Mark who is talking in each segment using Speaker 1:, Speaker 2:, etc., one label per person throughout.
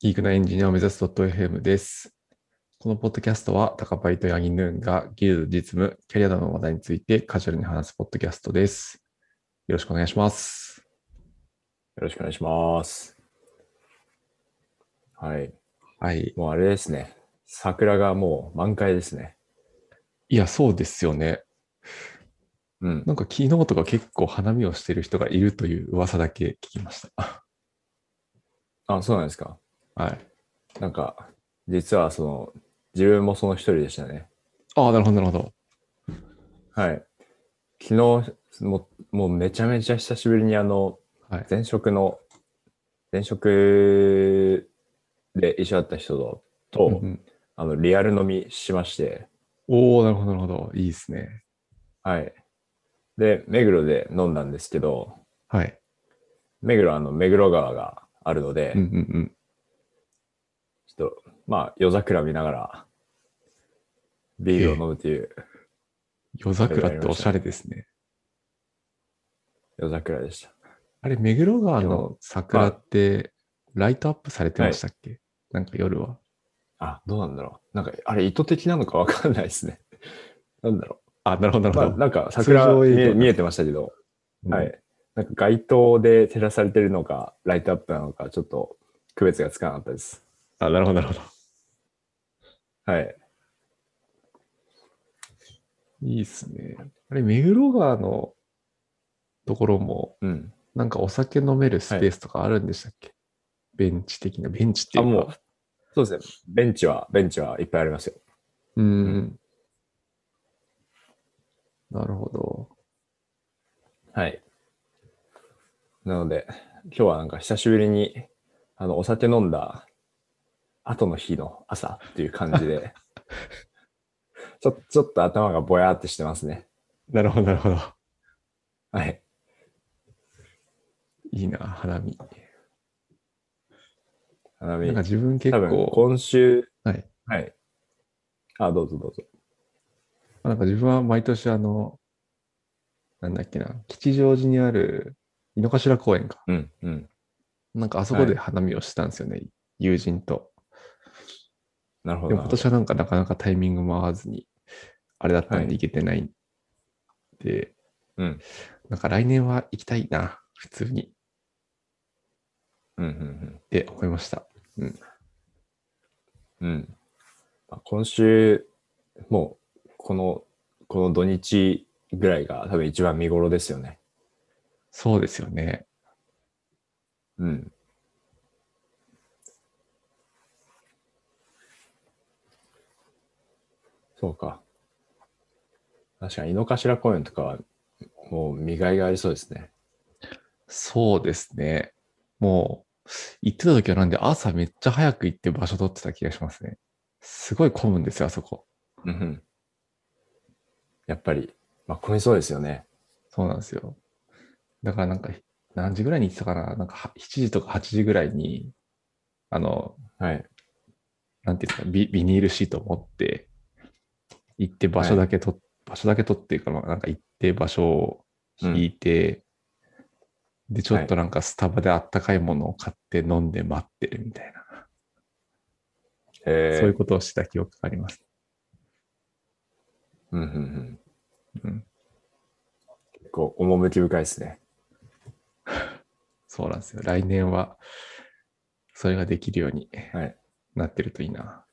Speaker 1: ギークなエンジニアを目指す .fm です。このポッドキャストは、タカパイとヤギヌーンが技術、実務、キャリアなどの話題についてカジュアルに話すポッドキャストです。よろしくお願いします。
Speaker 2: よろしくお願いします。はい。
Speaker 1: はい。
Speaker 2: もうあれですね。桜がもう満開ですね。
Speaker 1: いや、そうですよね。
Speaker 2: うん。
Speaker 1: なんか昨日とか結構花見をしてる人がいるという噂だけ聞きました。
Speaker 2: あ、そうなんですか。
Speaker 1: はい。
Speaker 2: なんか、実はその、自分もその一人でしたね。
Speaker 1: ああ、なるほど、なるほど。
Speaker 2: はい。昨日、もうもうめちゃめちゃ久しぶりにあの、
Speaker 1: はい
Speaker 2: 前職の、前職で一緒だった人と、と
Speaker 1: うんうん
Speaker 2: あの、リアル飲みしまして、
Speaker 1: おおなるほど、なるほど。いいですね。
Speaker 2: はい。で、目黒で飲んだんですけど、
Speaker 1: はい。
Speaker 2: 目黒、あの、目黒川があるので、
Speaker 1: うんうんうん。
Speaker 2: ちょっと、まあ、夜桜見ながら、ビールを飲むという
Speaker 1: 夜桜っておしゃれですね。
Speaker 2: 夜桜でした。
Speaker 1: あれ、目黒川の桜ってライトアップされてましたっけ、なんか夜は。
Speaker 2: あ、どうなんだろう。なんか、あれ、意図的なのかわかんないですね。 なんだろ
Speaker 1: あ、なるほど、な
Speaker 2: う。まあ、
Speaker 1: るほど。
Speaker 2: なんか、桜
Speaker 1: 通常
Speaker 2: 見
Speaker 1: 営業
Speaker 2: え
Speaker 1: だ
Speaker 2: 見えてましたけど、は
Speaker 1: うん。
Speaker 2: い。なんか、街灯で照らされてるのか、ライトアップなのか、ちょっと、区別がつかなかったです。
Speaker 1: あ、なるほど、なるほど。
Speaker 2: はい。
Speaker 1: いいっすね。あれ、目黒川のところも、
Speaker 2: うん。
Speaker 1: なんかお酒飲めるスペースとかあるんでしたっけ、ベンチ的な、ベンチってい
Speaker 2: あ、
Speaker 1: うか。
Speaker 2: もう、そうですね。ベンチは、ベンチはいっぱいありますよ。
Speaker 1: う。うん。なるほど。
Speaker 2: はい。なので、今日はなんか久しぶりに、あの、お酒飲んだ後の日の朝っていう感じで、 ちょちょっと頭がぼやーってしてますね。
Speaker 1: なるほど、なるほど。
Speaker 2: はい。
Speaker 1: いいな、花見。
Speaker 2: 花
Speaker 1: な
Speaker 2: 見
Speaker 1: んか。自分結
Speaker 2: 多分
Speaker 1: 構、
Speaker 2: 今週、
Speaker 1: はい。
Speaker 2: はい。あ、どうぞどうぞ。
Speaker 1: なんか自分は毎年あの、なんだっけな、吉祥寺にある井の頭公園か。
Speaker 2: うん、うん。
Speaker 1: なんかあそこで花見をしたんですよね、友人と。
Speaker 2: なるほ
Speaker 1: で
Speaker 2: ど
Speaker 1: も
Speaker 2: な
Speaker 1: 今。年はなんかなかなかタイミングも合わずに、あれだったん
Speaker 2: は
Speaker 1: で
Speaker 2: い
Speaker 1: 行けてないんで、
Speaker 2: うん
Speaker 1: なんか来年は行きたいな、普通に
Speaker 2: うん、うん、
Speaker 1: って思いました。
Speaker 2: うん。うん。まあ今週、もう、この、この土日ぐらいが多分一番見頃ですよね。
Speaker 1: そうですよね。
Speaker 2: うん。そうか。確かに井の頭公園とかはもう見がいがありそうですね。
Speaker 1: そうですね。もう、行ってた時はなんで朝めっちゃ早く行って場所取ってた気がしますね。すごい混むんですよ、あそこ。
Speaker 2: うんうん。やっぱり、まあ混みそうですよね。
Speaker 1: そうなんですよ。だからなんか、何時ぐらいに行ってたかななんかは7時とか8時ぐらいに、あの、
Speaker 2: はい。
Speaker 1: なんていうんですか、ビビニールシートを持って、行って場所だけと、場所だけ取っていうか、まあ、なんか行って場所を引いて、で、ちょっとなんかスタバであったかいものを買って飲んで待ってるみたいな、
Speaker 2: え
Speaker 1: そういうことをした記憶があります。
Speaker 2: うんうんうん。
Speaker 1: うん、
Speaker 2: 結構趣深いですね。
Speaker 1: そうなんですよ。来年は、それができるように
Speaker 2: はい
Speaker 1: なってるといいな。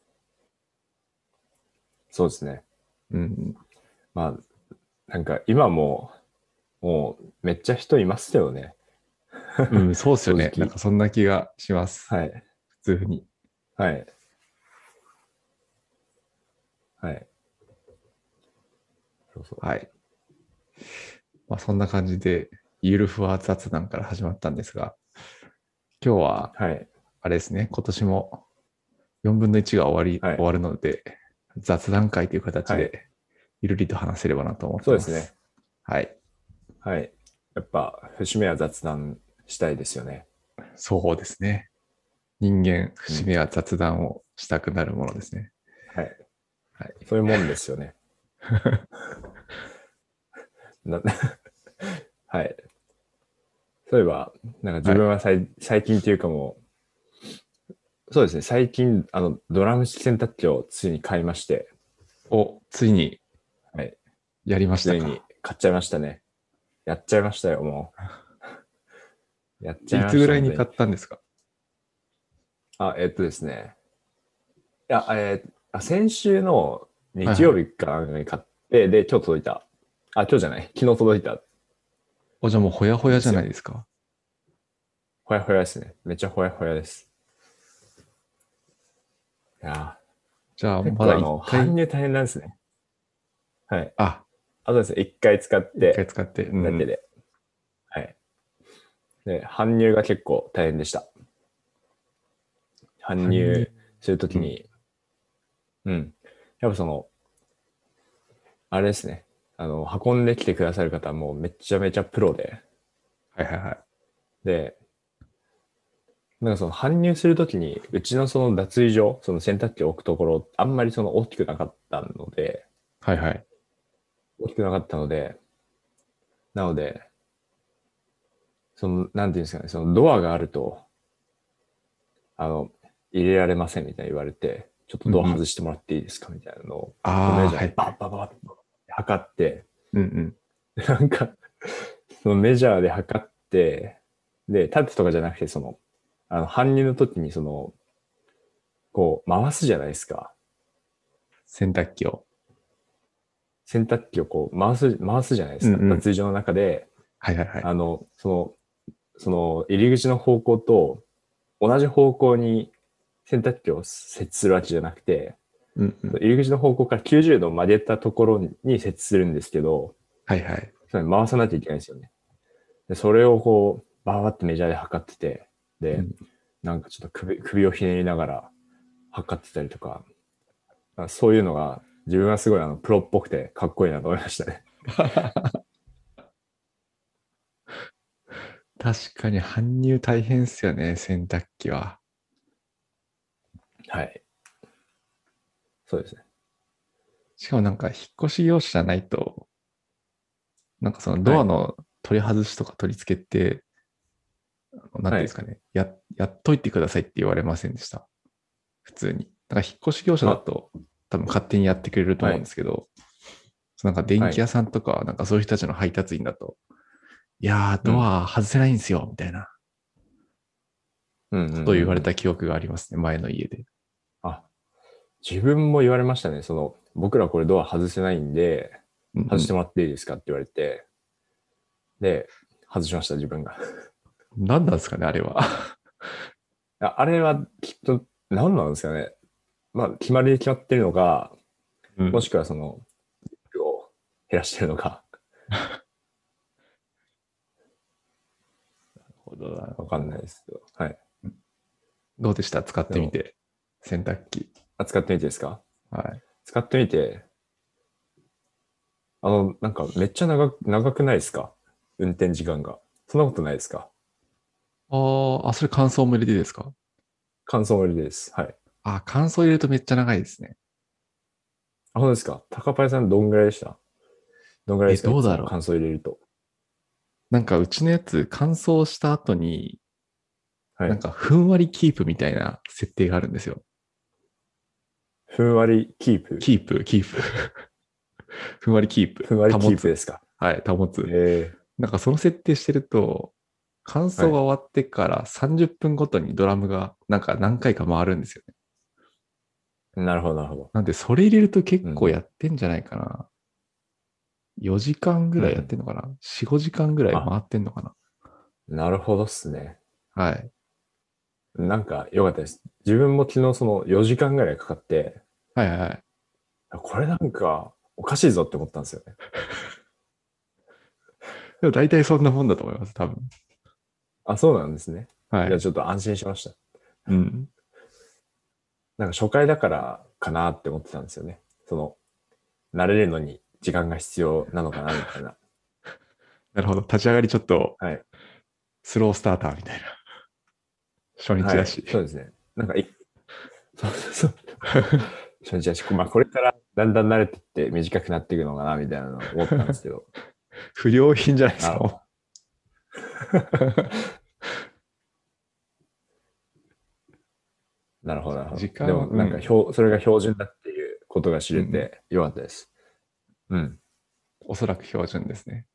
Speaker 1: そう
Speaker 2: そうですね。
Speaker 1: うん。
Speaker 2: まあ、なんか今も、もうめっちゃ人いますよね。
Speaker 1: うん、そうっすよね。
Speaker 2: 正直
Speaker 1: なんかそんな気がします。
Speaker 2: はい。
Speaker 1: 普通に。
Speaker 2: はい。はい。そうそう。
Speaker 1: はい。まあそんな感じで、ゆるふわ雑談から始まったんですが、今日は、
Speaker 2: はい。
Speaker 1: あれですね、今年も4分の1が終わり、
Speaker 2: はい
Speaker 1: 終わるので、雑談会という形
Speaker 2: はい
Speaker 1: で、ゆるりと話せればなと思って
Speaker 2: そう
Speaker 1: ま。
Speaker 2: ですすね。。
Speaker 1: はい。
Speaker 2: はい。やっぱ、節目は雑談したいですよね。
Speaker 1: そうですね。人間、節目は雑談をしたくなるものですね。
Speaker 2: はい。
Speaker 1: はい。
Speaker 2: そういうもんですよね。 な はい。そういえば、なんか自分はさい、最近というかもう、そうですね、最近、あの、ドラム式洗濯機をついに買いまして、
Speaker 1: お、ついに
Speaker 2: はい。
Speaker 1: やりまし
Speaker 2: つ
Speaker 1: た
Speaker 2: い
Speaker 1: か。
Speaker 2: に買っちゃいましたね。やっちゃいましたよ、もう。 やっちゃいま
Speaker 1: い
Speaker 2: した。
Speaker 1: つぐらいに
Speaker 2: 本当
Speaker 1: 買ったんですか
Speaker 2: あ、えっとですね。いや、えーあ先週の日曜日かなんかに買って、で、今日届いた。あ、今日じゃない。昨日届いた。
Speaker 1: お、じゃあもうほやほやじゃないですか。
Speaker 2: ほやほやですね。めっちゃほやほやです。いや
Speaker 1: じゃあ
Speaker 2: ー、結
Speaker 1: ま
Speaker 2: 構あ
Speaker 1: だ
Speaker 2: の、
Speaker 1: 一回
Speaker 2: 搬、入大変なんですね。はい。
Speaker 1: あ、
Speaker 2: あとですね、一回使っ
Speaker 1: 一回
Speaker 2: て、
Speaker 1: 使って。うん
Speaker 2: だけで。はい。で、搬入が結構大変でした。
Speaker 1: 搬
Speaker 2: 搬入
Speaker 1: 入
Speaker 2: するときに、うん。やっぱその、あれですね。あの、運んできてくださる方はもうめちゃめちゃプロで、
Speaker 1: はいはいはい。
Speaker 2: で、なんかその搬入するときに、うちのその脱衣所、その洗濯機を置くところ、あんまりその大きくなかったので、
Speaker 1: はいはい。
Speaker 2: 大きくなかったので、なので、その、なんていうんですかね、そのドアがあると、あの、入れられませんみたいに言われて、ちょっとドア外してもらっていいですかみたいなのを、
Speaker 1: あ
Speaker 2: マネ
Speaker 1: あ、
Speaker 2: ージャ
Speaker 1: は
Speaker 2: ーに
Speaker 1: い。
Speaker 2: バッバッバッバッって測って、
Speaker 1: うんうん。
Speaker 2: でなんか、そのメジャーで測って、で、タップとかじゃなくて、その、あの、搬入の時に、その、こう、回すじゃないですか。
Speaker 1: 洗濯機を。
Speaker 2: 洗濯機をこう、回す、回すじゃないですか。
Speaker 1: うんうん
Speaker 2: 脱衣所の中で、
Speaker 1: はいはいはい。
Speaker 2: あの、その、その、入り口の方向と、同じ方向に洗濯機を設置するわけじゃなくて、
Speaker 1: うんうん。
Speaker 2: 入り口の方向から90度曲げたところに設置するんですけど、
Speaker 1: はいはい。
Speaker 2: それ回さなきゃいけないんですよね。で、それをこう、バーってメジャーで測ってて、で、
Speaker 1: うん
Speaker 2: なんかちょっと首首をひねりながら測ってたりとか、あそういうのが自分はすごいあのプロっぽくてかっこいいなと思いましたね。
Speaker 1: 確かに搬入大変っすよね、洗濯機は。
Speaker 2: はい。そうですね。
Speaker 1: しかもなんか引っ越し業者じゃないと、なんかそのドアの取り外しとか取り付けって、あのなんていうんですかね、や、やっといてくださいって言われませんでした。普通に。なんか引っ越し業者だと、多分勝手にやってくれると思うんですけど、なんか電気屋さんとか、なんかそういう人たちの配達員だと、いやー、ドア外せないんですよ、みたいな
Speaker 2: うんうん、
Speaker 1: ことを言われた記憶がありますね、前の家で。
Speaker 2: あ、自分も言われましたね。その、僕らこれドア外せないんで、
Speaker 1: うんうん
Speaker 2: 外してもらっていいですかって言われて、で、外しました、自分が。
Speaker 1: 何なんですかね、あれは。
Speaker 2: ああれはきっと何なんですかね。まあ、決まりで決まってるのか、
Speaker 1: うん
Speaker 2: もしくはその、リスクを減らしてるのか、わかんないですけど。はい。
Speaker 1: どうでした使ってみて。洗濯機。
Speaker 2: あ使ってみてですか
Speaker 1: はい。
Speaker 2: 使ってみて、あの、なんかめっちゃ長く長くないですか運転時間が。そんなことないですか
Speaker 1: あーあ、それ感想も入れていいですか
Speaker 2: 感想割りです。はい。
Speaker 1: あ、感想入れるとめっちゃ長いですね。
Speaker 2: あ、本当ですか高パイさんどんぐらいでしたどんぐらいですか
Speaker 1: えどうだろう
Speaker 2: 感想入れると。
Speaker 1: なんかうちのやつ、乾燥した後に、
Speaker 2: はい
Speaker 1: なんかふんわりキープみたいな設定があるんですよ。
Speaker 2: ふんわりキープ。
Speaker 1: キープ、キープ。 ふんわりキープ。
Speaker 2: ふんわりキ
Speaker 1: 保
Speaker 2: ー
Speaker 1: つ
Speaker 2: プですか
Speaker 1: はい、保つ。
Speaker 2: え
Speaker 1: なんかその設定してると、乾燥が終わってから30分ごとにドラムがなんか何回か回るんですよね。
Speaker 2: ー、なるほど、なるほど。
Speaker 1: なんでそれ入れると結構やってんじゃないかな。4時間ぐらいやってんのかな、?4、5時間ぐらい回ってんのかな
Speaker 2: なるほどっすね。
Speaker 1: はい。
Speaker 2: なんか良かったです。自分も昨日その4時間ぐらいかかって、
Speaker 1: はいはいはい。
Speaker 2: あこれなんかおかしいぞって思ったんですよね。
Speaker 1: でも大体そんなもんだと思います、多分。
Speaker 2: あ、そうなんですね。
Speaker 1: はい
Speaker 2: や、
Speaker 1: い。
Speaker 2: ちょっと安心しました。
Speaker 1: うん。
Speaker 2: なんか初回だからかなって思ってたんですよね。その、慣れるのに時間が必要なのかなみた いな。
Speaker 1: なるほど。立ち上がりちょっと、
Speaker 2: はい
Speaker 1: スロースターターみたいな。初日だし。
Speaker 2: そうですね。なんかい、そうそうそう。初日だし、まあこれからだんだん慣れてって短くなっていくのかなみたいなのを思ったんですけ ど。
Speaker 1: 不良品じゃないですか。
Speaker 2: あ
Speaker 1: もう
Speaker 2: なるほど、なるほど。
Speaker 1: 時間
Speaker 2: でも、なんか、
Speaker 1: うん
Speaker 2: ひょうそれが標準だっていうことが知れてよかったです。うん。
Speaker 1: おそらく標準ですね。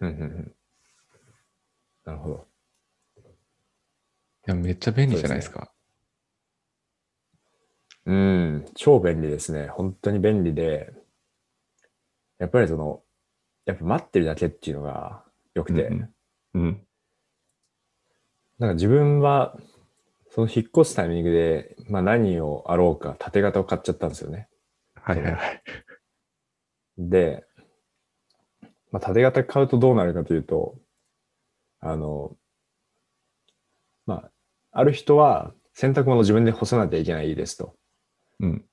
Speaker 2: うん、うん、うん。なるほど。
Speaker 1: いや、めっちゃ便利じゃないですか。
Speaker 2: うん、超便利ですね。本当に便利で、やっぱりその、やっぱ待ってるだけっていうのが良くて、
Speaker 1: うんうんうん。
Speaker 2: なんか自分は、その引っ越すタイミングで、まあ何をあろうか、縦型を買っちゃったんですよね。
Speaker 1: はいはいはい。
Speaker 2: で、まあ縦型買うとどうなるかというと、あの、まあ、ある人は洗濯物を自分で干さなきゃいけないですと、
Speaker 1: うん。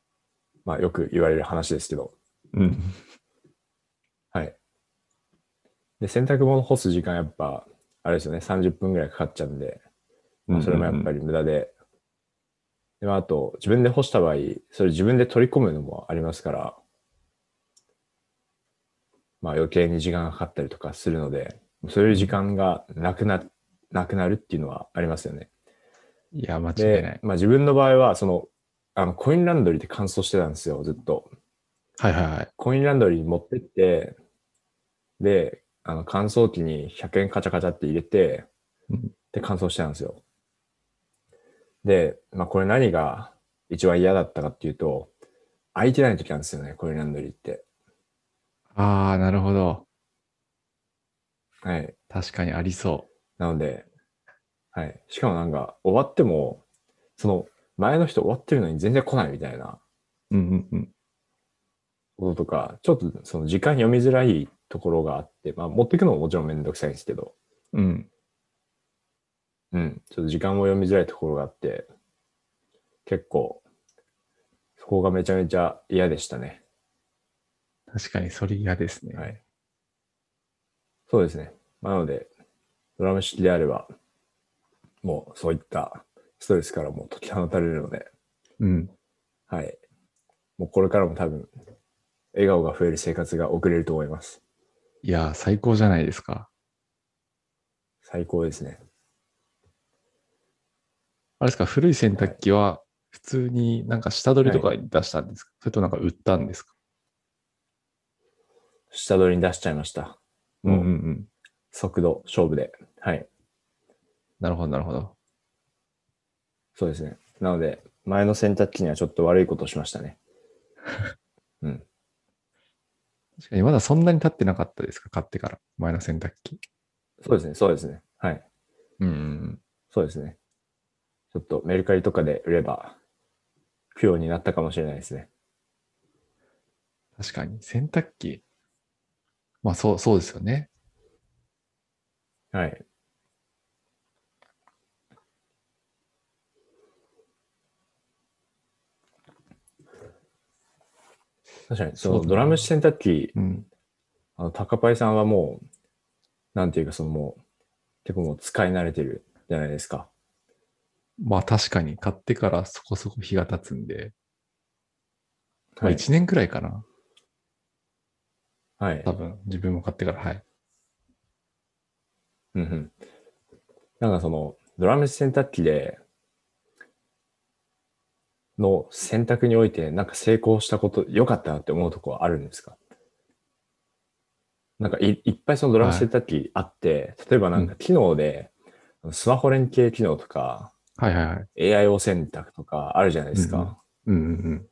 Speaker 2: まあよく言われる話ですけど、
Speaker 1: うん。
Speaker 2: はい。で、洗濯物干す時間やっぱ、あれですよね、30分ぐらいかかっちゃうんで、まあそれもやっぱ
Speaker 1: り。
Speaker 2: り無駄で、で、まあ、あと、自分で干した場合、それ自分で取り込むのもありますから、まあ余計に時間がかかったりとかするので、そういう時間がなくな、なくなるっていうのはありますよね。
Speaker 1: いや、間違いな
Speaker 2: で
Speaker 1: い、。
Speaker 2: まあ自分の場合は、その、あの、コインランドリーで乾燥してたんですよ、ずっと。
Speaker 1: はいはいはい。
Speaker 2: コインランドリーに持ってって、で、あの乾燥機に100円カチャカチャって入れて
Speaker 1: うん、
Speaker 2: で、乾燥してたんですよ。で、まあこれ何が一番嫌だったかっていうと、空いてない時なんですよね、コインランドリーって。
Speaker 1: ああ、なるほど。
Speaker 2: はい。
Speaker 1: 確かにありそ
Speaker 2: なので、はい。しかもなんか、終わっても、その、前の人終わってるのに全然来ないみたいな
Speaker 1: う。うんうんうん。
Speaker 2: こととか、ちょっとその時間読みづらいところがあって、まあ持ってくのももちろんめんどくさいんですけど、
Speaker 1: うん。
Speaker 2: うん、ちょっと時間も読みづらいところがあって、結構、そこがめちゃめちゃ嫌でしたね。
Speaker 1: 確かにそれ嫌ですね。
Speaker 2: はい。そうですね。なので、ドラム式であれば、もうそういったストレスからも解き放たれるので、
Speaker 1: うん。
Speaker 2: はい。もうこれからも多分、笑顔が増える生活が送れると思います。
Speaker 1: いやー、最高じゃないですか。
Speaker 2: 最高ですね。
Speaker 1: あれですか、古い洗濯機は普通になんか下取りとかに出したんですか、それとなんか売ったんですか
Speaker 2: 下取りに出しちゃいました。もう
Speaker 1: うん。
Speaker 2: 速度勝負で。はい。
Speaker 1: なるほど、なるほど。
Speaker 2: そうですね。なので、前の洗濯機にはちょっと悪いことをしましたね。うん。
Speaker 1: 確かにまだそんなに経ってなかったですか買ってから。前の洗濯機。
Speaker 2: そうですね、そうですね。はい。
Speaker 1: うんうんうん。
Speaker 2: そうですね。ちょっとメルカリとかで売れば、供養になったかもしれないですね。
Speaker 1: 確かに。洗濯機。まあそう、そうですよね。
Speaker 2: はい。確かに、そ
Speaker 1: そう
Speaker 2: の
Speaker 1: だな
Speaker 2: ドラム式洗濯機、
Speaker 1: うん。
Speaker 2: あの、タカパイさんはもう、なんていうか、そのもう、結構もう使い慣れてるじゃないですか。
Speaker 1: まあ確かに買ってからそこそこ日が経つんで、ま
Speaker 2: は
Speaker 1: あ
Speaker 2: い。
Speaker 1: 1年くらいかな。
Speaker 2: はい
Speaker 1: 多。分、自分も買ってから。はい。
Speaker 2: うんうん。なんかその、ドラム式洗濯機で、の洗濯において、なんか成功したこと、良かったなって思うとこはあるんですかなんかいいっぱいそのドラム式洗濯機あって、例えばなんか機能で、スマホ連携機能とか、
Speaker 1: はいはいはい。
Speaker 2: AI お選択とかあるじゃないですか。
Speaker 1: うんうんうん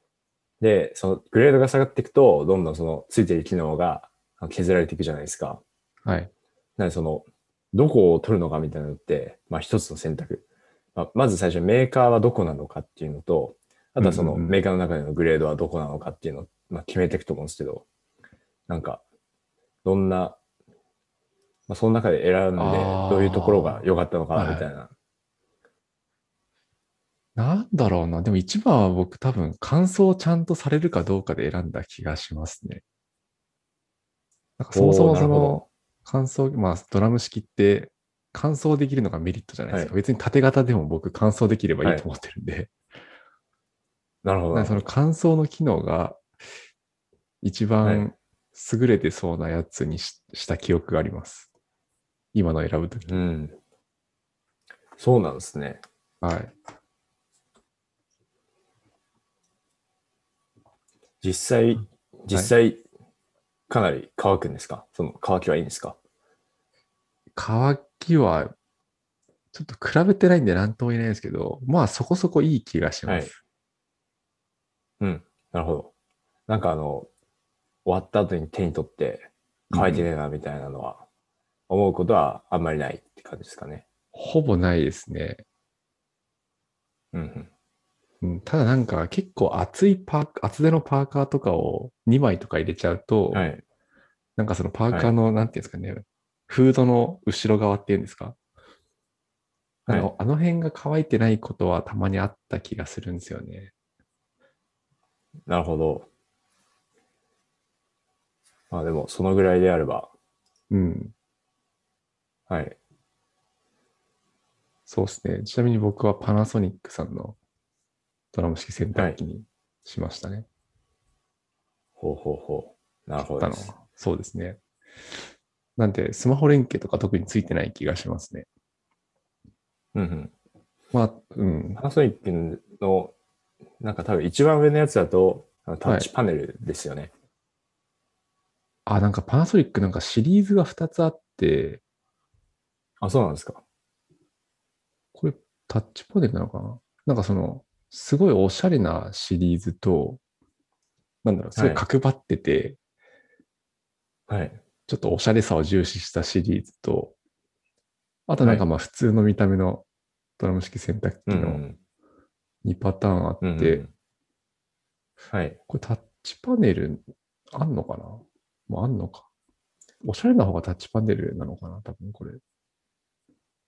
Speaker 2: で、そのグレードが下がっていくと、どんどんそのついてる機能があの削られていくじゃないですか。
Speaker 1: うん。はい。
Speaker 2: なんでその、どこを取るのかみたいなのって、まあ一つの選択。まあ、まず最初にメーカーはどこなのかっていうのと、あとはその
Speaker 1: うんうんうん
Speaker 2: メーカーの中でのグレードはどこなのかっていうのを、まあ、決めていくと思うんですけど、なんか、どんな、まあその中で選んで
Speaker 1: あー、
Speaker 2: どういうところが良かったのか
Speaker 1: はい
Speaker 2: な
Speaker 1: はい
Speaker 2: みたいな。
Speaker 1: なんだろうな。でも一番は僕多分感想をちゃんとされるかどうかで選んだ気がしますね。なんかそもそ
Speaker 2: お
Speaker 1: も
Speaker 2: ーなる
Speaker 1: そ
Speaker 2: ほど
Speaker 1: の感想、まあドラム式って感想できるのがメリットじゃないですか。
Speaker 2: は
Speaker 1: 別に縦型でも僕感想できればいいと思ってるんで。
Speaker 2: なるほど
Speaker 1: な
Speaker 2: なん
Speaker 1: かその
Speaker 2: るほど。
Speaker 1: 感想の機能が一番優れてそうなやつにし,、した記憶があります。今の選ぶとき。
Speaker 2: うん。そうなんですね。
Speaker 1: はい。
Speaker 2: 実際、実際、かなり乾くんですかその乾きはいいんですか
Speaker 1: 乾きは、ちょっと比べてないんで何とも言えないんですけど、まあそこそこいい気がします。
Speaker 2: うん。なるほど。なんかあの、終わった後に手に取って乾いてねえなみたいなのは、思うことはあんまりないって感じですかね。
Speaker 1: ほぼないですね。
Speaker 2: うんうん。
Speaker 1: うん、ただなんか結構厚いパーカ厚手のパーカーとかを2枚とか入れちゃうと、
Speaker 2: はい。
Speaker 1: なんかそのパーカーの、なんていうんですかね、フードの後ろ側っていうんですか、
Speaker 2: はい
Speaker 1: あのあの辺が乾いてないことはたまにあった気がするんですよね。
Speaker 2: なるほど。まあでも、そのぐらいであれば、
Speaker 1: うん。
Speaker 2: はい。
Speaker 1: そうですね。ちなみに僕はパナソニックさんのドラム式洗濯機にしましたね。
Speaker 2: ほうほうほう。なるほ
Speaker 1: 買っ
Speaker 2: どで
Speaker 1: たの
Speaker 2: す
Speaker 1: は。そうですね。なんで、スマホ連携とか特についてない気がしますね。
Speaker 2: うんうん。
Speaker 1: まあ、うん
Speaker 2: パ。ナソニックの、なんか多分一番上のやつだと、あのタッチパネルですよね。
Speaker 1: あ、なんかパナソニックなんかシリーズが2つあって、
Speaker 2: あ、そうなんですか。
Speaker 1: これタッチパネルなのかななんかその、すごいおしゃれなシリーズと、なんだろう、すごい角張ってて、
Speaker 2: はい。
Speaker 1: ちょっとおしゃれさを重視したシリーズと、あとなんかまあ普通の見た目のドラム式洗濯
Speaker 2: う
Speaker 1: 機
Speaker 2: んう
Speaker 1: の
Speaker 2: ん
Speaker 1: 2パターンあっ
Speaker 2: うんうん。
Speaker 1: て、
Speaker 2: はい。
Speaker 1: これタッチパネルあんのかなまああんのか。おしゃれな方がタッチパネルなのかな多分これ。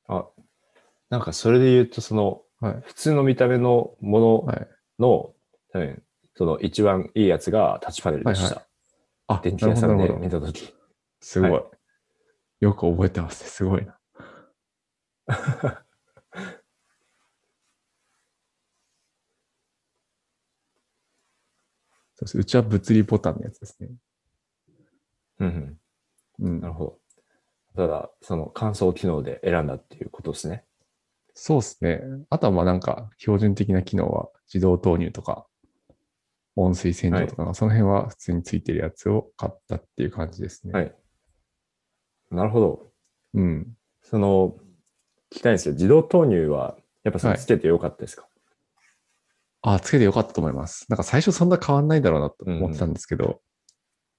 Speaker 2: あ、なんかそれで言うと、その、
Speaker 1: はい
Speaker 2: 普通の見た目のも
Speaker 1: はい。
Speaker 2: のの、多分、その一番いいやつがタッチパネルでした。
Speaker 1: はいあ、
Speaker 2: 電気
Speaker 1: なる
Speaker 2: 屋
Speaker 1: ほど
Speaker 2: さ
Speaker 1: なん
Speaker 2: で
Speaker 1: るほ
Speaker 2: 見
Speaker 1: ど。
Speaker 2: たとき。
Speaker 1: すごい,、
Speaker 2: は
Speaker 1: よく覚えてますね。すごいな。 そうですうちは物理ボタンのやつですね。
Speaker 2: うんうん。
Speaker 1: うん
Speaker 2: な。るほど。ただ、その乾燥機能で選んだっていうことですね。
Speaker 1: そうですね。あとはまあなんか標準的な機能は自動投入とか温水洗浄とか、その辺は普通についてるやつを買ったっていう感じですね。
Speaker 2: はいなるほど。
Speaker 1: うん。
Speaker 2: その、聞きたいんですけど、自動投入は、やっぱその
Speaker 1: はい
Speaker 2: つけてよかったですか、
Speaker 1: あ、つけてよかったと思います。なんか最初そんな変わんないだろうなと思ってたんですけど、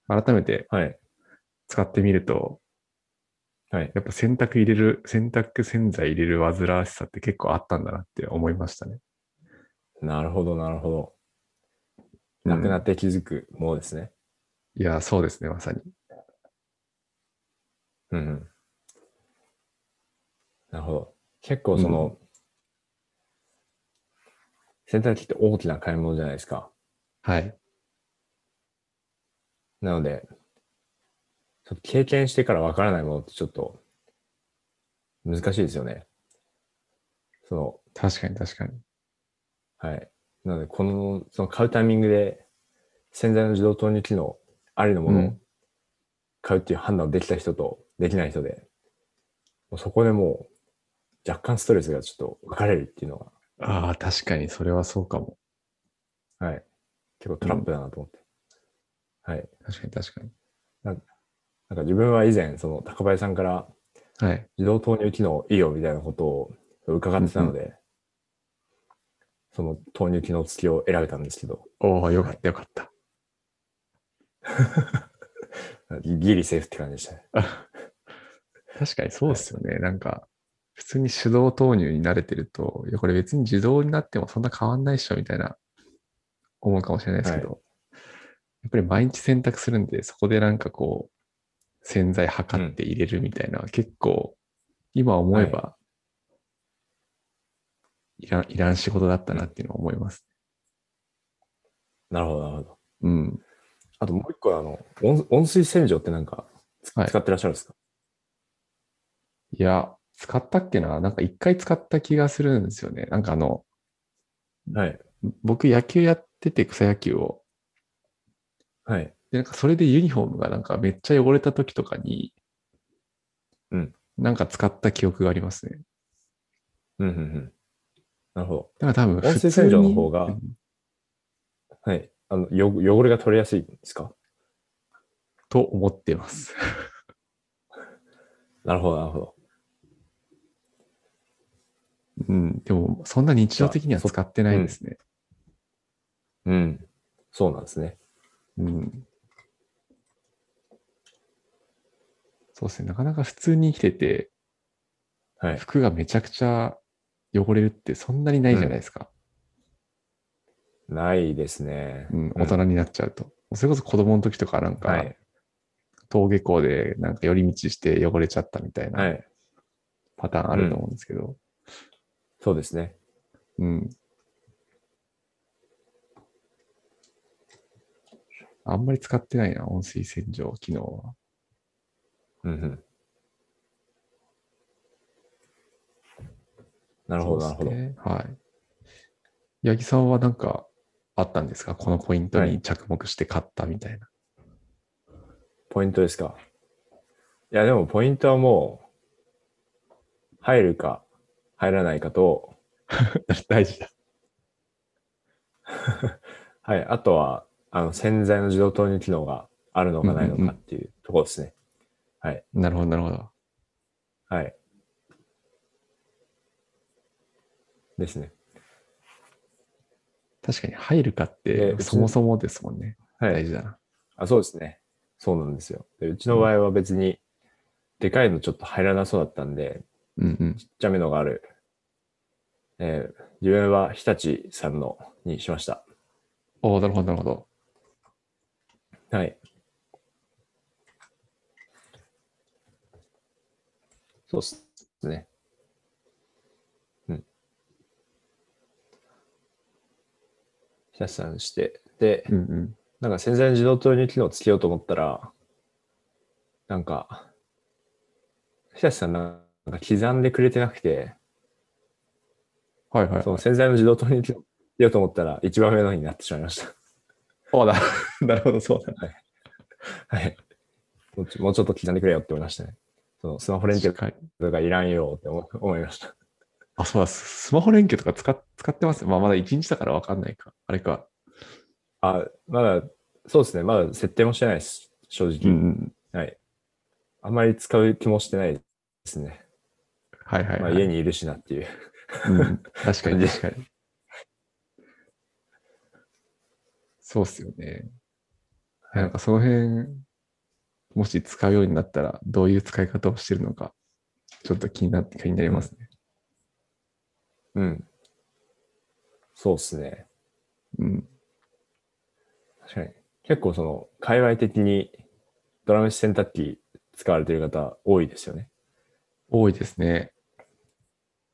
Speaker 1: 改めて
Speaker 2: はい。
Speaker 1: 使ってみると、
Speaker 2: はい。
Speaker 1: やっぱ洗濯入れる、洗濯洗剤入れる煩わしさって結構あったんだなって思いましたね。
Speaker 2: なるほど、なるほど。なくな
Speaker 1: っ
Speaker 2: って気づくものですね。
Speaker 1: いや、そうですね、まさに。
Speaker 2: うん、うん。なるほど。結構その、洗濯機って大きな買い物じゃないですか。
Speaker 1: はい。
Speaker 2: なので、ちょっと経験してからわからないものってちょっと難しいですよね。その、
Speaker 1: 確かに確かに。
Speaker 2: はい。なので、この、その買うタイミングで洗剤の自動投入機能ありのも
Speaker 1: う
Speaker 2: のを
Speaker 1: ん
Speaker 2: 買うっていう判断をできた人とできない人で、もうそこでもう若干ストレスがちょっと分かれるっていうの
Speaker 1: ああ、確かにそれはそうかも。
Speaker 2: が、はい。結構トラップだなと思って。はい。
Speaker 1: 確かに確かに。
Speaker 2: なんか自分は以前、その高林さんから
Speaker 1: はい。
Speaker 2: 自動投入機能いいよみたいなことを伺ってたので、その投入機能付きを選べたんですけど、
Speaker 1: おお、よかったよかった。
Speaker 2: ギリセーフって感じでしたね。
Speaker 1: 確かにそうですよね。なんか、普通に手動投入に慣れてると、いや、これ別に自動になってもそんな変わんないっしょ、みたいな思うかもしれないですけど、やっぱり毎日洗濯するんで、そこでなんかこう、洗剤測って入れるみたいな、結構、今思えば、い、らん、いらん仕事だったなっていうのは思います。
Speaker 2: なるほど、なるほど。
Speaker 1: うん。
Speaker 2: あともう一個、あの、温温水洗浄ってなんかつ、
Speaker 1: はい
Speaker 2: 使ってらっしゃるんですか
Speaker 1: いや、使ったっけななんか一回使った気がするんですよね。なんかあの、
Speaker 2: はい。
Speaker 1: 僕野球やってて草野球を。
Speaker 2: はい。
Speaker 1: で、なんかそれでユニフォームがなんかめっちゃ汚れた時とかに、
Speaker 2: うん。
Speaker 1: なんか使った記憶がありますね。
Speaker 2: うん、うん、うん。なるほ
Speaker 1: だから多分
Speaker 2: ど。温
Speaker 1: 普
Speaker 2: 水
Speaker 1: 通
Speaker 2: 洗
Speaker 1: に。
Speaker 2: 浄の方が
Speaker 1: うん、
Speaker 2: はい。あのよ汚れが取れやすいんですか
Speaker 1: と思ってます。
Speaker 2: なるほど、なるほど。
Speaker 1: うん、でも、そんな日常的には使ってないですね。
Speaker 2: うん。そうなんですね。
Speaker 1: うん。そうですね、なかなか普通に生きてて、
Speaker 2: はい。
Speaker 1: 服がめちゃくちゃ汚れるってそんなにないじゃないですか。
Speaker 2: ないですね。
Speaker 1: うん、大人になっちゃうと。それこそ子供の時とかなんか、
Speaker 2: はい。
Speaker 1: 登下校でなんか寄り道して汚れちゃったみたい
Speaker 2: は。
Speaker 1: ないパターンあると思うんですけど、
Speaker 2: そうですね。
Speaker 1: うん。あんまり使ってないな、温水洗浄機能は。
Speaker 2: うんうん。なるほど、なるほ
Speaker 1: そう
Speaker 2: ど
Speaker 1: で。すねはい。八木さんはなんかあったんですかこのポイント
Speaker 2: は
Speaker 1: に
Speaker 2: い
Speaker 1: 着目して買ったみたいな。
Speaker 2: ポイントですか。いや、でもポイントはもう、入るか、入らないかと、
Speaker 1: 大事だ。
Speaker 2: はい、あとは、あの、洗剤の自動投入機能があるのかないのかっていうところですね。
Speaker 1: なるほど、なるほど。
Speaker 2: はい。ですね。
Speaker 1: 確かに入るかっ
Speaker 2: で
Speaker 1: て、
Speaker 2: 別に
Speaker 1: そもそもですもんね。
Speaker 2: はい
Speaker 1: 大。事だな。
Speaker 2: あ、そうですね。そうなんですよ。でうちの場合は別に、でかいのちょっと入らなそうだったんで、
Speaker 1: うんうん。
Speaker 2: ちっちゃめのがある。えー自分は日立さんのにしました。
Speaker 1: おおなるほど、なるほど。
Speaker 2: はい。そうですね。うん。日立さんして、で、
Speaker 1: うんうん。
Speaker 2: なんか洗剤の自動投入機能をつけようと思ったら、なんか、日立さんなんか刻んでくれてなくて、
Speaker 1: はいはい、はい。
Speaker 2: その洗剤の自動投入機能をつけようと思ったら、一番上のになってしまいました。
Speaker 1: そうだ。なるほど、そうだ。
Speaker 2: はい。もうちょもうちょっと刻んでくれよって思いましたね。そのスマホ連携
Speaker 1: 確かに
Speaker 2: とかいらんよって思 思いました。
Speaker 1: あ、そうだ。ススマホ連携とか使っ使ってます。まあ、まだ1日だから分かんないか。あれか。
Speaker 2: あ、まだ、そうですね。まだ設定もしてないです。正直。
Speaker 1: ん。
Speaker 2: はい。あんまり使う気もしてないですね。
Speaker 1: はいはい、
Speaker 2: ま
Speaker 1: は
Speaker 2: あ、
Speaker 1: い
Speaker 2: 家にいるしなっていう。
Speaker 1: うん確 かに
Speaker 2: で
Speaker 1: 確かに。そうっすよね。
Speaker 2: はい
Speaker 1: なんかその辺、もし使うようになったら、どういう使い方をしてるのか、ちょっと気になって気になりますね。
Speaker 2: うん。そうですね。
Speaker 1: うん。
Speaker 2: 確かに。結構その、界隈的にドラム式洗濯機使われてる方多いですよね。
Speaker 1: 多いですね。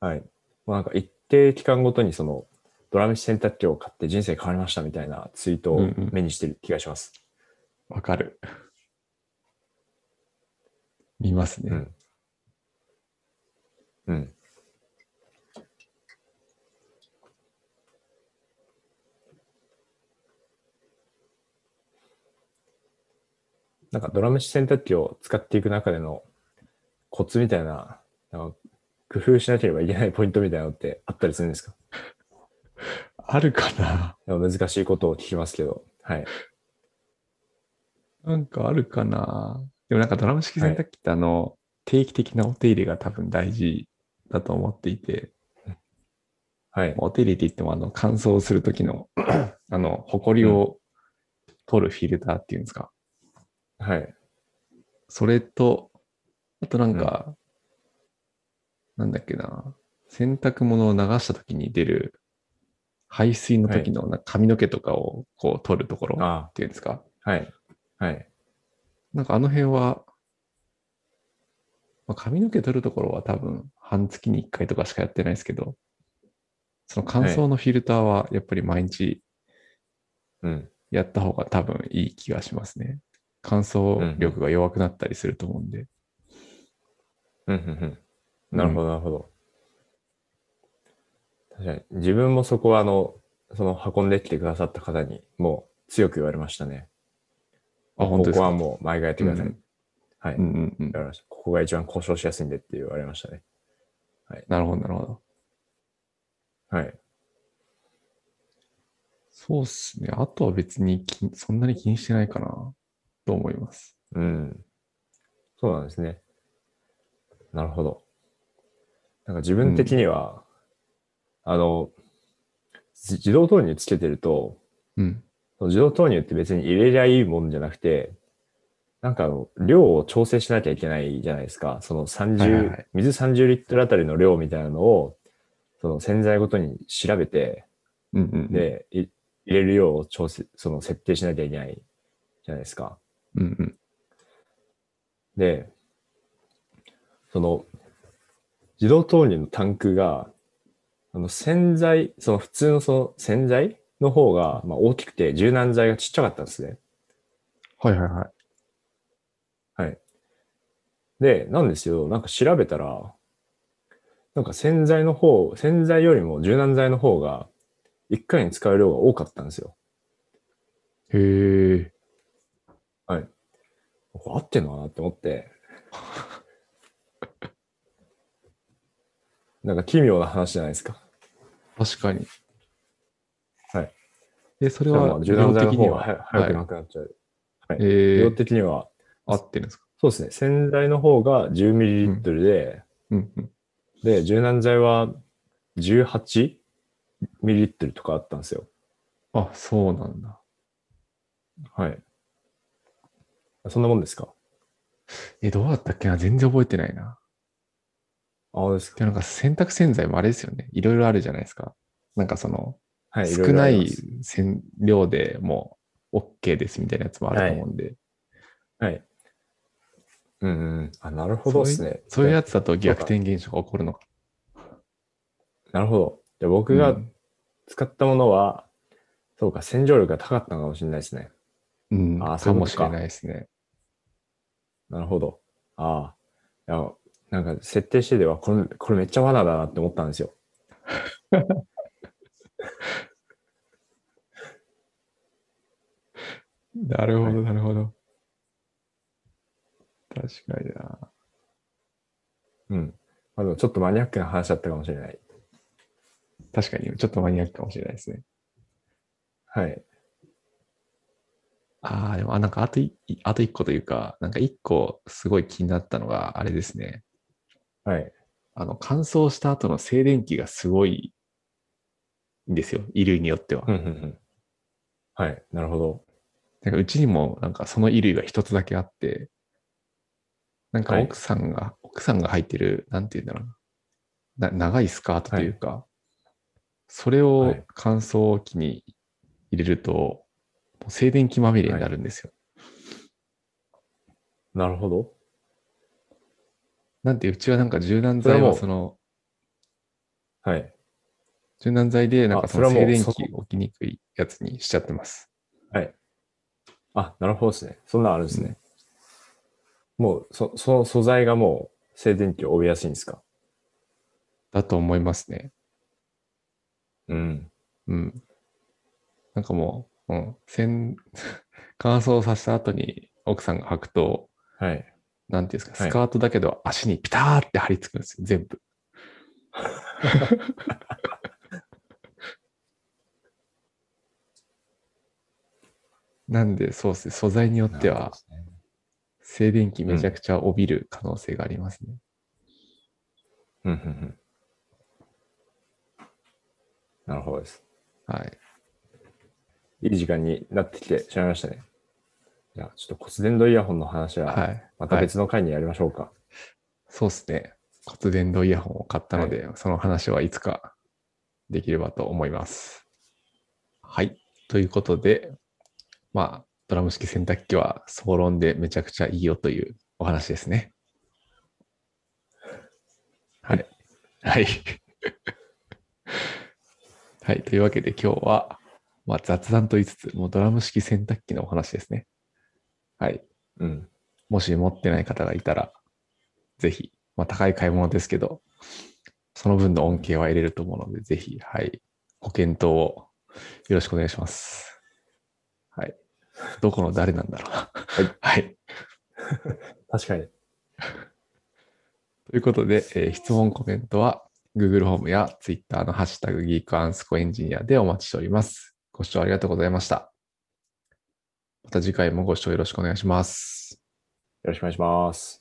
Speaker 2: はい。もうなんか一定期間ごとにその、ドラム式洗濯機を買って人生変わりましたみたいなツイート
Speaker 1: うん
Speaker 2: を
Speaker 1: うん
Speaker 2: 目にしてる気がします。
Speaker 1: わかる。見ますね。
Speaker 2: うんうん。なんかドラム式洗濯機を使っていく中でのコツみたいな、なんか工夫しなければいけないポイントみたいなのってあったりするんですか
Speaker 1: あるかな
Speaker 2: でも難しいことを聞きますけど。はい。
Speaker 1: なんかあるかなでもなんかドラム式洗濯機ってあの、定期的なお手入れが多分大事だと思っていて、
Speaker 2: はい。
Speaker 1: お手入れって言っても、あの、乾燥するときの、 あの、ほこりを取るフィルターっていうんですか。
Speaker 2: はい。
Speaker 1: それと、あとなんか、なんだっけな、洗濯物を流したときに出る、排水の時のな髪の毛とかをこう取るところっ
Speaker 2: あ
Speaker 1: ていうんですか。
Speaker 2: あ、はい。はい。
Speaker 1: なんかあの辺は、まあ、髪の毛取るところは多分半月に1回とかしかやってないですけど、その乾燥のフィルターはやっぱり毎日
Speaker 2: うん。
Speaker 1: やった方が多分いい気がしますね。乾燥力が弱くなったりすると思うんで。
Speaker 2: うんうんうん。なるほど、なるほど。確かに、自分もそこは、あの、その運んできてくださった方に、もう強く言われましたね。
Speaker 1: あ、本当ですか。
Speaker 2: ここはもう毎回やってください。
Speaker 1: うん
Speaker 2: はい。
Speaker 1: うんうんうん。
Speaker 2: 言われましたここが一番交渉しやすいんでって言われましたね。
Speaker 1: なるほど、なるほど。
Speaker 2: はい。
Speaker 1: そうっすね。あとは別にきそんなに気にしてないかなと思います。
Speaker 2: うん。そうなんですね。なるほど。なんか自分的には、あの、じ自動投入つけてると、
Speaker 1: うん。
Speaker 2: その自動投入って別に入れりゃいいもんじゃなくて、なんかあの量を調整しなきゃいけないじゃないですか。その30、
Speaker 1: はいはいはい
Speaker 2: 水30リットルあたりの量みたいなのを、その洗剤ごとに調べて、
Speaker 1: うんうんうん。
Speaker 2: で、い入れる量を調整、その設定しなきゃいけないじゃないですか。
Speaker 1: うんうん。
Speaker 2: で、その、自動投入のタンクが、あの洗剤、その普通のその洗剤の方がまあ大きくて柔軟剤がちっちゃかったんですね。
Speaker 1: はいはいはい。
Speaker 2: で、なんですよ、なんか調べたら、なんか洗剤の方、洗剤よりも柔軟剤の方が、一回に使う量が多かったんですよ。
Speaker 1: へえ。
Speaker 2: これ合ってんのかなって思って。 なんか奇妙な話じゃないですか。
Speaker 1: 確かに。
Speaker 2: はい。
Speaker 1: で、それ
Speaker 2: で
Speaker 1: は
Speaker 2: も柔軟剤
Speaker 1: 量
Speaker 2: の
Speaker 1: 的に
Speaker 2: 方
Speaker 1: は
Speaker 2: がは早くなくなっちゃう。
Speaker 1: え
Speaker 2: 量
Speaker 1: ー、
Speaker 2: 的には、
Speaker 1: 合ってるんですか
Speaker 2: そうですね。洗剤の方が10ミリリットルで、
Speaker 1: うんうん。
Speaker 2: で、柔軟剤は18ミリリットルとかあったんですよ。
Speaker 1: あ、そうなんだ。
Speaker 2: はい。そんなもんですか
Speaker 1: え、どうだったっけな全然覚えてないな。
Speaker 2: ああです
Speaker 1: で、
Speaker 2: か。
Speaker 1: なんか洗濯洗剤もあれですよね。いろいろあるじゃないですか。なんかその、
Speaker 2: は
Speaker 1: 少ない洗量でもう OK ですみたいなやつもあると思うんで、
Speaker 2: はい。うんうん。あ、なるほどですね。
Speaker 1: そういうやつだと逆転現象が起こるのか。
Speaker 2: なるほど。で僕
Speaker 1: う
Speaker 2: が
Speaker 1: ん
Speaker 2: 使ったものは、そうか、洗浄力が高かったのかもしれないですね。
Speaker 1: うん、
Speaker 2: あーそ
Speaker 1: か
Speaker 2: うい
Speaker 1: も
Speaker 2: うこと
Speaker 1: し
Speaker 2: か
Speaker 1: れないですね。
Speaker 2: なるほど。ああ。いや、なんか設定してでは、これ、これめっちゃ罠だなって思ったんですよ。
Speaker 1: なるほ
Speaker 2: は
Speaker 1: ど、なるほど。確かにな。
Speaker 2: うん。まあでもちょっとマニアックな話だったかもしれない。
Speaker 1: 確かに、ちょっとマニアックかもしれないですね。
Speaker 2: はい。
Speaker 1: ああ、でも、あなんかあとい、あと一個というか、なんか一個すごい気になったのが、あれですね。
Speaker 2: はい。
Speaker 1: あの、乾燥した後の静電気がすごいんですよ。衣類によっては。
Speaker 2: うんうんうん。はい。なるほど。
Speaker 1: なんかうちにもなんかその衣類が一つだけあって、なんか
Speaker 2: はい
Speaker 1: 奥さんが、奥さんが履いてる、なんて言うんだろうな、な長いスカートというか、それ
Speaker 2: は
Speaker 1: を
Speaker 2: い
Speaker 1: 乾燥機に入れると、もう静電気まみれになるんですよ。
Speaker 2: なるほど。
Speaker 1: なんてうちはなんか柔軟剤はその、
Speaker 2: はい。
Speaker 1: 柔軟剤でなんか
Speaker 2: あ
Speaker 1: その
Speaker 2: それ
Speaker 1: 静
Speaker 2: はもう
Speaker 1: 電気
Speaker 2: そ
Speaker 1: 起きにくいやつにしちゃってます。
Speaker 2: あ、なるほどですね。そんなんあるんですね。もう、そ、その素材がもう静電気を帯びやすいんですか
Speaker 1: だと思いますね。
Speaker 2: うん。
Speaker 1: うん。なんかもう、うん、 洗乾燥させた後に奥さんが履くと、
Speaker 2: はい。
Speaker 1: なんていうんですか、
Speaker 2: はい
Speaker 1: スカートだけど足にピターって張り付くんですよ、全部。 なんで、そうですね、素材によって
Speaker 2: なる
Speaker 1: は
Speaker 2: ほどですね
Speaker 1: 静電気めちゃくちゃ帯びる可能性がありますね。
Speaker 2: うんうんうん。なるほどです。
Speaker 1: はい。
Speaker 2: いい時間になってきてしまいましたね。じゃあ、ちょっと骨伝導イヤホンの話
Speaker 1: は。
Speaker 2: はいまた別の回にやりましょうか。
Speaker 1: そうですね。骨伝導イヤホンを買ったので、その話はいつかできればと思います。はい。ということで、まあ、ドラム式洗濯機は総論でめちゃくちゃいいよというお話ですね。はい。はい。 はい。というわけで今日は、まあ、雑談と言いつつ、もうドラム式洗濯機のお話ですね。はい。
Speaker 2: うん。
Speaker 1: もし持ってない方がいたら、ぜひ、まあ、高い買い物ですけど、その分の恩恵は得れると思うので、ぜひ、はい、ご検討をよろしくお願いします。はい。どこの誰なんだろうな。
Speaker 2: は
Speaker 1: は
Speaker 2: い。
Speaker 1: い。
Speaker 2: 確かに。
Speaker 1: ということで、えー質問、コメントは Google ホームや Twitter のハッシュタグギークアンスコエンジニアでお待ちしております。ご視聴ありがとうございました。また次回もご視聴よろしくお願いします。
Speaker 2: よろしくお願いします。